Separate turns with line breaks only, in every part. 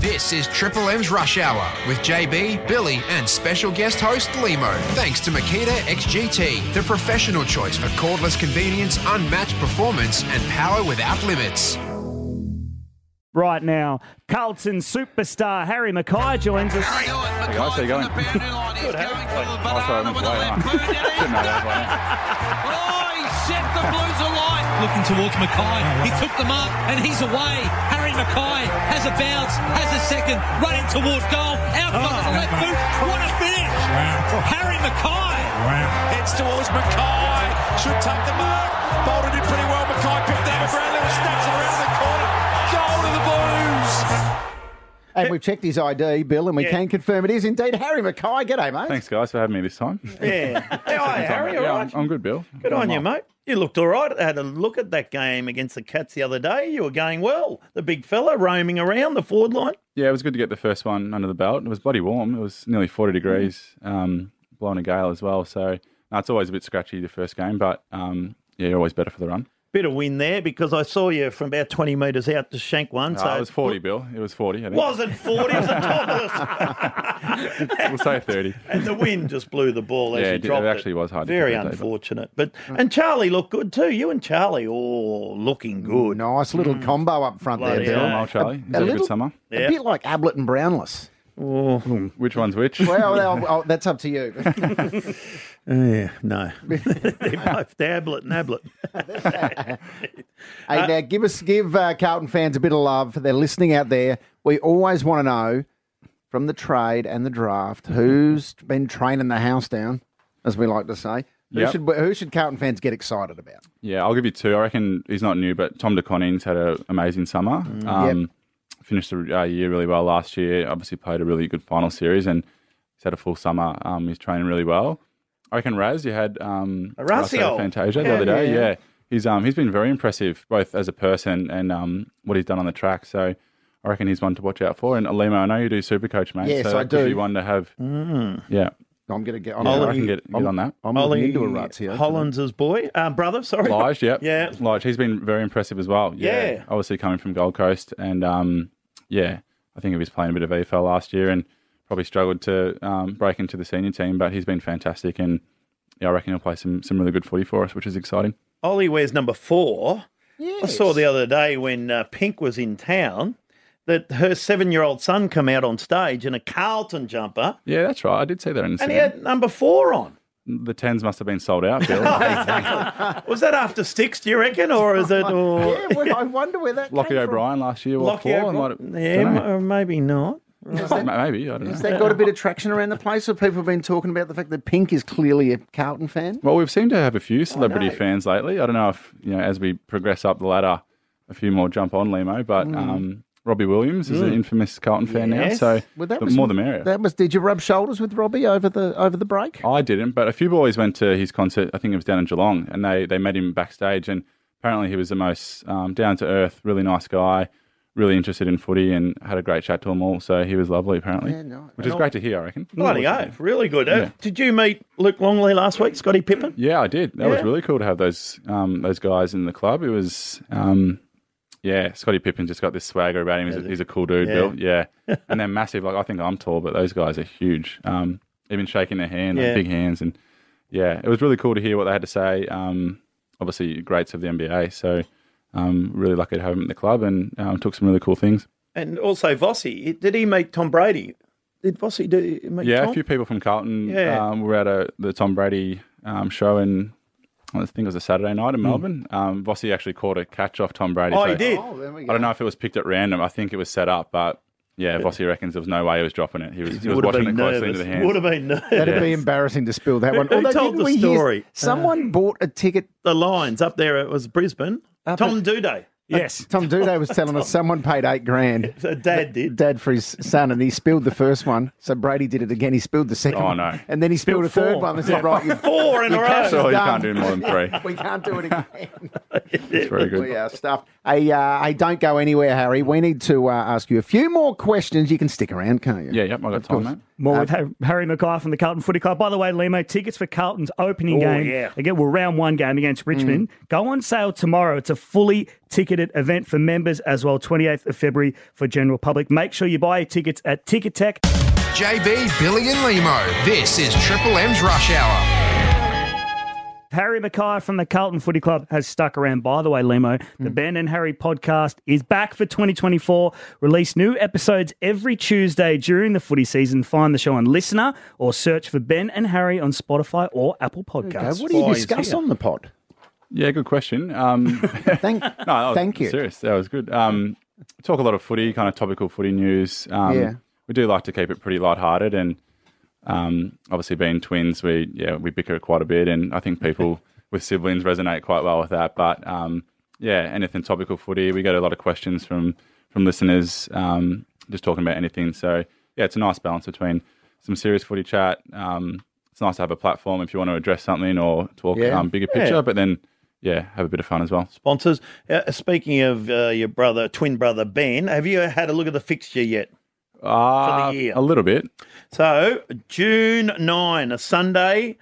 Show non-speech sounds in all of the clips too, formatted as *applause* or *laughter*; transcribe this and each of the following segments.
This is Triple M's Rush Hour with JB, Billy, and special guest host Limo. Thanks to Makita XGT, the professional choice for cordless convenience, unmatched performance, and power without limits.
right now. Carlton superstar Harry Mackay joins us.
Hey guys, how you going?
Good, how
Oh, sorry, I went away, aren't I? Shouldn't know that by now.
Oh, he set the Blues alight. Looking towards Mackay. He took them up and he's away. Harry Mackay has a bounce, has a second, running toward goal. Out oh, the left boot. What a finish. Harry Mackay.
Heads towards Mackay. Should take the mark. Bolted in pretty well. Mackay picked up a ground level. Snaps it around the corner. Goal to the Blues.
And we've checked his ID, Bill, and we can confirm it is indeed Harry Mackay. G'day, mate.
Thanks, guys, for having me this time.
Yeah. How are you, Harry? All
yeah,
right.
I'm, I'm good, Bill.
Good on
I'm
you,
up.
mate. You looked all right. I had a look at that game against the Cats the other day. You were going well. The big fella roaming around the forward line.
Yeah, it was good to get the first one under the belt. It was bloody warm. It was nearly 40 degrees, um, blowing a gale as well. So no, it's always a bit scratchy the first game, but um, yeah, you're always better for the run.
Bit of win there because I saw you from about 20 metres out to shank one.
No,
so
Uh, it was 40, Bill. It was 40. I think.
Wasn't 40, it was the top of
We'll say
*laughs*
30.
And the wind just blew the ball as
Yeah,
you
it did. It
dropped it.
actually was hard to
Very
put that day, but-
unfortunate. But and Charlie looked good too. You and Charlie, oh, looking good.
Nice little
Mm.
combo up front
Bloody
there, Bill.
hell.
Well, Charlie, is
a
that a
little-
good summer?
A bit like Ablett and Brownless.
Which one's which?
Well,
*laughs*
I'll- I'll- that's up to you.
Yeah, no, *laughs* they're both Dablet and Ablet.
Hey, now give us give uh, Carlton fans a bit of love. They're listening out there. We always want to know from the trade and the draft who's been training the house down, as we like to say. Who
Yep.
should who should Carlton fans get excited about?
Yeah, I'll give you two. I reckon he's not new, but Tom DeConning's had an amazing summer. Um, Finished the uh, year really well last year. Obviously played a really good final series, and he's had a full summer. Um, he's training really well. I reckon Raz, you had um,
Horacio.
Horacio Fantasia the other day. Yeah, he's um, he's been very impressive both as a person and um, what he's done on the track. So. I reckon he's one to watch out for. And Alimo, I know you do Super Coach, mate.
Yes,
so
I
that could
do.
Be one to have. Yeah,
I'm going to get. I'm,
yeah I
I'm,
can get, get on that.
I'm
Ollie
looking into a rut here.
Hollands's boy, uh, brother. Sorry,
Lige, yep.
Yeah.
Lige, he's been very impressive as well. Yeah.
Yeah.
Obviously coming from Gold Coast. And um, yeah, I think he was playing a bit of EFL last year and probably struggled to um, break into the senior team, but he's been fantastic. And yeah, I reckon he'll play some, some really good footy for us, which is exciting.
Ollie wears number four. I saw the other day when uh, Pink was in town that her seven-year-old son come out on stage in a Carlton jumper,
Yeah, that's right. I did see that in the
and he
stand.
had number four on.
The tens must have been sold out,
*laughs*
Bill.
Was that after six? Do you reckon, or is it? Or...
Yeah, well, I wonder where that.
Lockie
came from.
O'Brien last year wore
Lockie
four. I
O'Brien?
might have-
yeah,
dunno.
m- or maybe not.
Ma- Maybe. I don't know.
Has that got a bit of traction around the place? Have people been talking about the fact that Pink is clearly a Carlton fan?
Well, we've seemed to have a few celebrity fans lately. I don't know if you know as we progress up the ladder, a few more jump on Limo, but
Mm.
um, Robbie Williams is an infamous Carlton fan
Yes.
now, so
Well, that
the
was-
more the merrier.
That was. Did you rub shoulders with Robbie over the over the break?
I didn't, but a few boys went to his concert. I think it was down in Geelong, and they they met him backstage, and apparently he was the most um, down to earth, really nice guy, really interested in footy, and had a great chat to them all. So he was lovely, apparently,
Yeah, nice.
which is great to hear. I reckon.
Bloody oath, really good. Uh, did you meet Luke Longley last week, Scotty Pippen?
Yeah, I did. That was
Yeah.
really cool to have those um, those guys in the club. It was, um, yeah, Scotty Pippen just got this swagger about him. He's, a, he's a cool dude,
Yeah.
Bill.
*laughs*
Yeah, and they're massive. Like I think I'm tall, but those guys are huge. Um, even shaking their hand, like
Yeah.
big hands, and yeah, it was really cool to hear what they had to say. Um, obviously, greats of the NBA, so um, really lucky to have him at the club, and um, took some really cool things.
And also Vossi. Did he meet Tom Brady? Did Vossi do meet
Yeah,
Tom?
a few people from Carlton
Yeah.
um, were at a, the Tom Brady um, show in, I think it was a Saturday night in Melbourne. Um, Vossi actually caught a catch off Tom Brady.
Hmm. Oh,
so
he did.
there we
I don't know if it was picked at random. I think it was set up, but yeah, Vossi reckons there was no way he was dropping it. He
*laughs*
was, he was
Would have
watching it
been
closely
nervous.
into the hands.
Would have been *laughs* nervous.
That'd be embarrassing to spill that one.
who told
didn't
the
we hear-
story?
someone bought a ticket
The lines up there. It was Brisbane. Tom Duday.
Yes.
Tom Duday was telling us someone paid eight grand,
So Dad
*laughs*
did.
dad for his son, and he spilled the first one. So Brady did it again. He spilled the second
Oh,
one.
no.
And then he spilled a third
four.
one. That's said,
*laughs*
right. You,
Four in a row.
So Oh, you
Done.
can't do more than three.
*laughs* we can't do it again.
It's very
we
good.
are stuffed. Hey, uh, hey, don't go anywhere, Harry. We need to uh, ask you a few more questions. You can stick around, can't you?
Yeah, yep, I got time, mate.
More with Har- Harry Mackay from the Carlton Footy Club. By the way, Limo, tickets for Carlton's opening game
yeah.
again, well, round one game against Richmond, go on sale tomorrow. It's a fully ticketed event for members as well, 28th of February for general public. Make sure you buy your tickets at Ticket Tech.
JB, Billy, and Limo. This is Triple M's Rush Hour.
Harry Mackay from the Carlton Footy Club has stuck around. By the way, Limo, the Ben and Harry podcast is back for 2024. Release new episodes every Tuesday during the footy season. Find the show on Listener or search for Ben and Harry on Spotify or Apple
Uh,
Podcasts.
what do you
Boys
discuss
here.
on the pod?
Yeah, good question. Um, *laughs*
Thank,
No, that was
thank you.
oh, Serious, that was good. Um, talk a lot of footy, kind of topical footy news. Um,
Yeah.
we do like to keep it pretty lighthearted, and um, obviously being twins, we yeah we bicker quite a bit, and I think
*laughs*
people with siblings resonate quite well with that. But um, yeah, anything topical footy, we get a lot of questions from from listeners, um, just talking about anything. So yeah, it's a nice balance between some serious footy chat. Um, it's nice to have a platform if you want to address something or talk
Yeah.
um, bigger picture, but then yeah, have a bit of fun as well.
Sponsors. Uh, speaking of uh, your brother, twin brother Ben, have you had a look at the fixture yet?
Uh,
year.
A little
*laughs*
bit.
So June nine, a Sunday,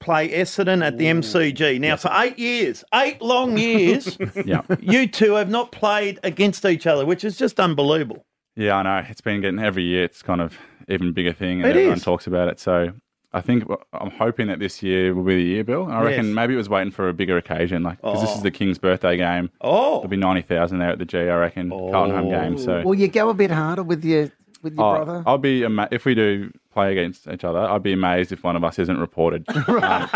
play Essendon at the MCG. Now for eight years, eight long years,
Yeah.
you two have not played against each other, which is just unbelievable.
yeah, I know. It's been getting every year. It's kind of even bigger thing, and
It
everyone
is.
talks about it. So I think I'm hoping that this year will be the year, Bill. I reckon
Yes.
maybe it was waiting for a bigger occasion, like because this
Oh.
is the King's birthday game.
Oh,
There'll be ninety thousand there at the G. I reckon Carlton home game. So
Oh,
Will you go a bit harder with your with your
Oh, I'll-
brother?
I'll be ama- if we do play against each other. I'd be amazed if one of us isn't
*laughs*
reported. Um,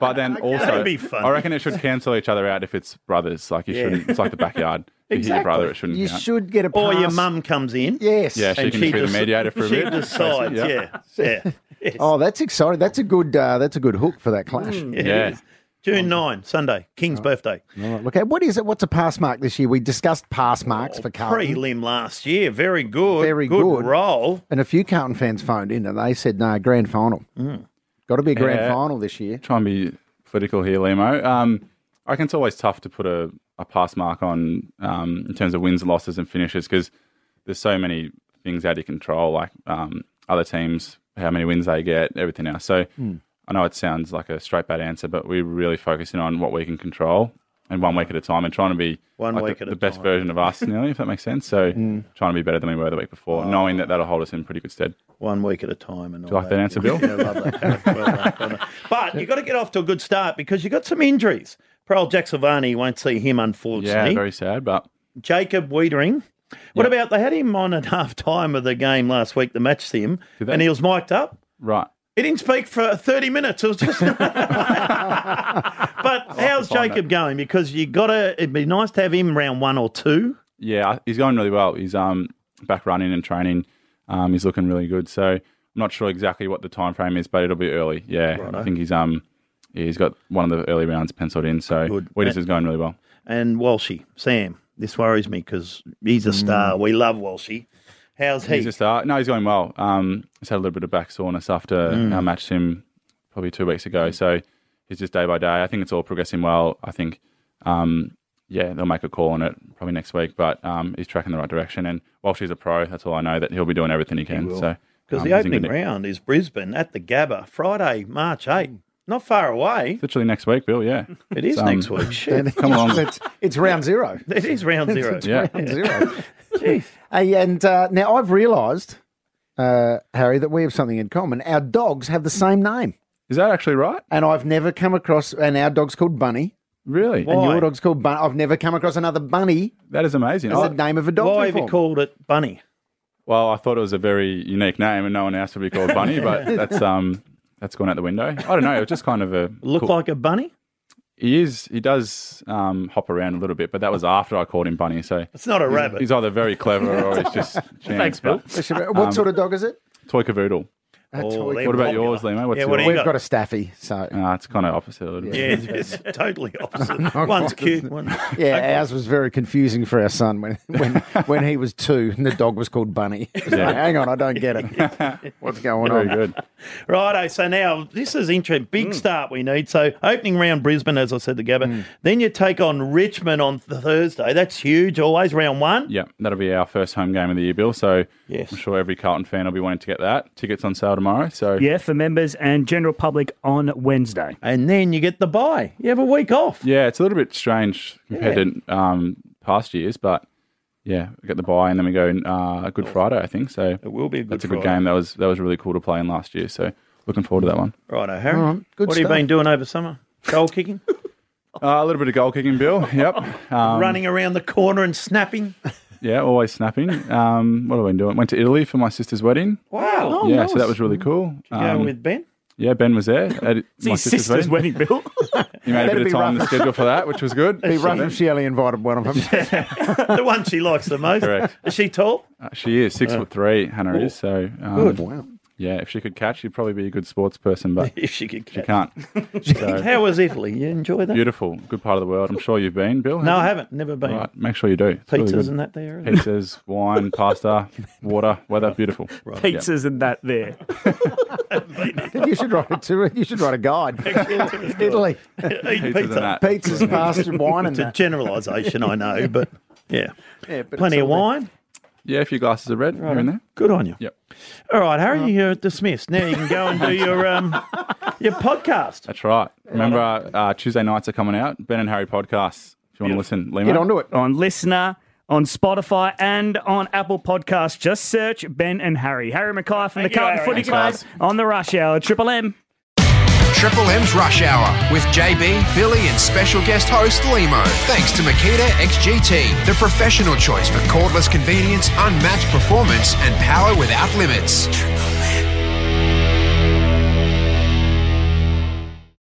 but then also,
That'd be fun.
I reckon it should cancel each other out if it's brothers. Like you
Yeah.
shouldn't. It's like the backyard. If You hit your brother, it shouldn't.
You
count.
should get a
or
pass.
your mum comes in.
Yes.
Yeah, she
And
can
she
be the
deci-
mediator for a
She
bit.
decides,
*laughs* Basically,
yeah, yeah.
Oh, that's exciting. That's a good. Uh, that's a good hook for that clash.
Yeah.
June nine, Sunday, King's birthday.
All right, look at what is it? What's a pass mark this year? We discussed pass
Oh,
marks for Carlton,
Prelim last year, very good,
Very
good,
good.
roll.
and a few Carlton fans phoned in and they said, "No, grand final. Got to be a grand
Mm. Yeah.
final this year."
Try and be political here, Limo. Um, I reckon it's always tough to put a, a pass mark on um, in terms of wins, losses, and finishes because there's so many things out of your control, like um, other teams, how many wins they get, everything else. So
Hmm.
I know it sounds like a straight bad answer, but we're really focusing on what we can control and one week at a time and trying to be
One
like,
week
the,
at a
the best
time. Hmm.
version of us, nearly, if that makes sense.
*laughs*
So trying to be better than we were the week before,
Oh.
knowing that that'll hold us in pretty good stead.
One week at a time, and all
like that answer, Bill?
*laughs* Yeah, I love that. Harry. Well done, well done. but you've got to get off to a good start because you've got some injuries. Pearl Jacksovani won't see him,
Yeah,
unfortunately.
very sad, but
Jacob Wiedering. What about they had him on at *laughs* half time of the game last week, the match sim,
they?
and he was mic'd up.
right.
He didn't speak for 30 minutes. It was
*laughs*
just. *laughs* but how's
find
Jacob going? Because you got to. It'd be nice to have him round one or two.
yeah, I- he's going really well. He's um back running and training. Um, he's looking really good. So I'm not sure exactly what the time frame is, but it'll be early. Yeah, I think he's um yeah, he's got one of the early rounds penciled in. So
Good.
Wheatus is going really well.
And Walshy, Sam. This worries me because he's a star. We love Walshy. How's he?
Mm. He's just uh, no, he's going well. Um, he's had a little bit of back soreness after
Mm.
I matched him probably two weeks ago. So he's just day by day. I think it's all progressing well. I think um yeah, they'll make a call on it probably next week, but um, he's tracking the right direction. And Walsh is a pro. That's all I know. That he'll be doing everything he can. so
Because
um,
the
he's in good
opening
nick.
round is Brisbane at the Gabba, Friday, March 8.
Mm.
Not far away.
It's literally next week, Bill.
*laughs*
Yeah, *laughs*
It is
um, *laughs*
next week. Shit.
Come along.
*laughs* it's, it's round
*laughs*
zero.
it is round zero.
yeah.
Round zero. Hey, and uh, now I've realised, uh, Harry, that we have something in common. Our dogs have the same name,
Is that actually right?
and I've never come across. And our dog's called Bunny,
Really?
and
Why?
your dog's called Bunny. I've never come across another Bunny
That is amazing.
as
I-
the name of a dog.
Why have you
before.
called it Bunny?
well, I thought it was a very unique name, and no one else would be called Bunny, but
*laughs*
that's um, that's gone out the window. I don't know. It was just kind of a
Look
cool-
like a bunny?
he is. He does um, hop around a little bit, but that was after I called him Bunny. So
It's not a rabbit. *laughs*
he's either very clever or he's just
Thanks,
chance.
Bill.
Um,
but
What sort of dog is it?
toy cavoodle.
That's
Oh,
what we-
they're
What about
popular.
yours, Limo? What's
Yeah, what do
yours?
you
We've got a staffy, so
Uh,
Ah, it's kind of opposite a little bit.
*laughs* Yeah, it's
*laughs*
totally opposite. One's cute, one.
yeah, ours was very confusing for our son when
*laughs*
when when he was two and the dog was called Bunny. *laughs* It was like, Hang on, I don't get it.
*laughs*
What's going
Very
on?
good.
Righto, so now this is interesting.
Mm.
Big start we need. So opening round Brisbane, as I said to Gabba. Then you take on Richmond on th- Thursday. That's huge, always round one.
Yeah, that'll be our first home game of the year, Bill. So
Yes.
I'm sure every Carlton fan will be wanting to get that. Tickets on sale tomorrow. So
Yeah, for members and general public on Wednesday.
And then you get the bye. You have a week off.
Yeah, it's a little bit strange compared to um, past years, but yeah, we get the bye and then we go uh, Good Friday, I think. So
It will be a good
that's a good
Friday.
game. That was that was really cool to play in last year. So looking forward to that
*laughs*
one.
Righto, Harry.
All right, good
what have you
stuff.
been doing over summer? Goal kicking,
Uh, a little bit of goal kicking, Bill.
*laughs*
Yep. *laughs* Um,
running around the corner and snapping.
Yeah, always snapping. Um, what have I been doing? Went to Italy for my sister's wedding.
Wow.
yeah, so that was really cool.
Go
Um,
with Ben. *laughs*
yeah, Ben was there. At
It's his sister's, wedding, Bill.
You made a
Better
bit
be
of time in
rough.
the schedule for that, which was
*laughs*
good.
Be rough if she only invited one of them.
The one she likes the most.
Correct.
Is she tall?
Uh, She is six foot three. Hannah is so. Um,
Oh, Wow.
Yeah, if she could catch, she'd probably be a good sports person,
*laughs*
but
If she could
she
catch.
can't. So
How was Italy? You enjoy that?
beautiful, good part of the world. I'm sure you've been, Bill.
No, I
haven't
haven't. Never been.
you? Right, make sure you do. It's really
Pizzas
good.
and that there. isn't it? *laughs*
Pizzas, wine, pasta, water, weather, beautiful.
Pizzas and that there.
You should write a tour. You should write a guide. Italy,
Eat
Pizzas
pizza.
and that.
pizzas, pasta, wine, and
It's a
that.
generalisation, I know, but yeah.
Yeah, but
Plenty
it's
of
all there.
wine.
Yeah, a few glasses of red here and there.
Good on you.
Yep.
All right,
Uh-huh.
Harry, you're dismissed. Now you can go and do your um, your podcast.
That's right. Remember, uh, Tuesday nights are coming out. Ben and Harry podcasts. If you want to listen, Limo.
Get onto it.
On Listener, on Spotify, and on Apple Podcasts. Just search Ben and Harry. Harry Mackay from the Carlton Footy
Thanks,
Club
guys.
on the Rush Hour. Triple M.
Triple M's Rush Hour with JB, Billy, and special guest host Limo. Thanks to Makita XGT, the professional choice for cordless convenience, unmatched performance, and power without limits.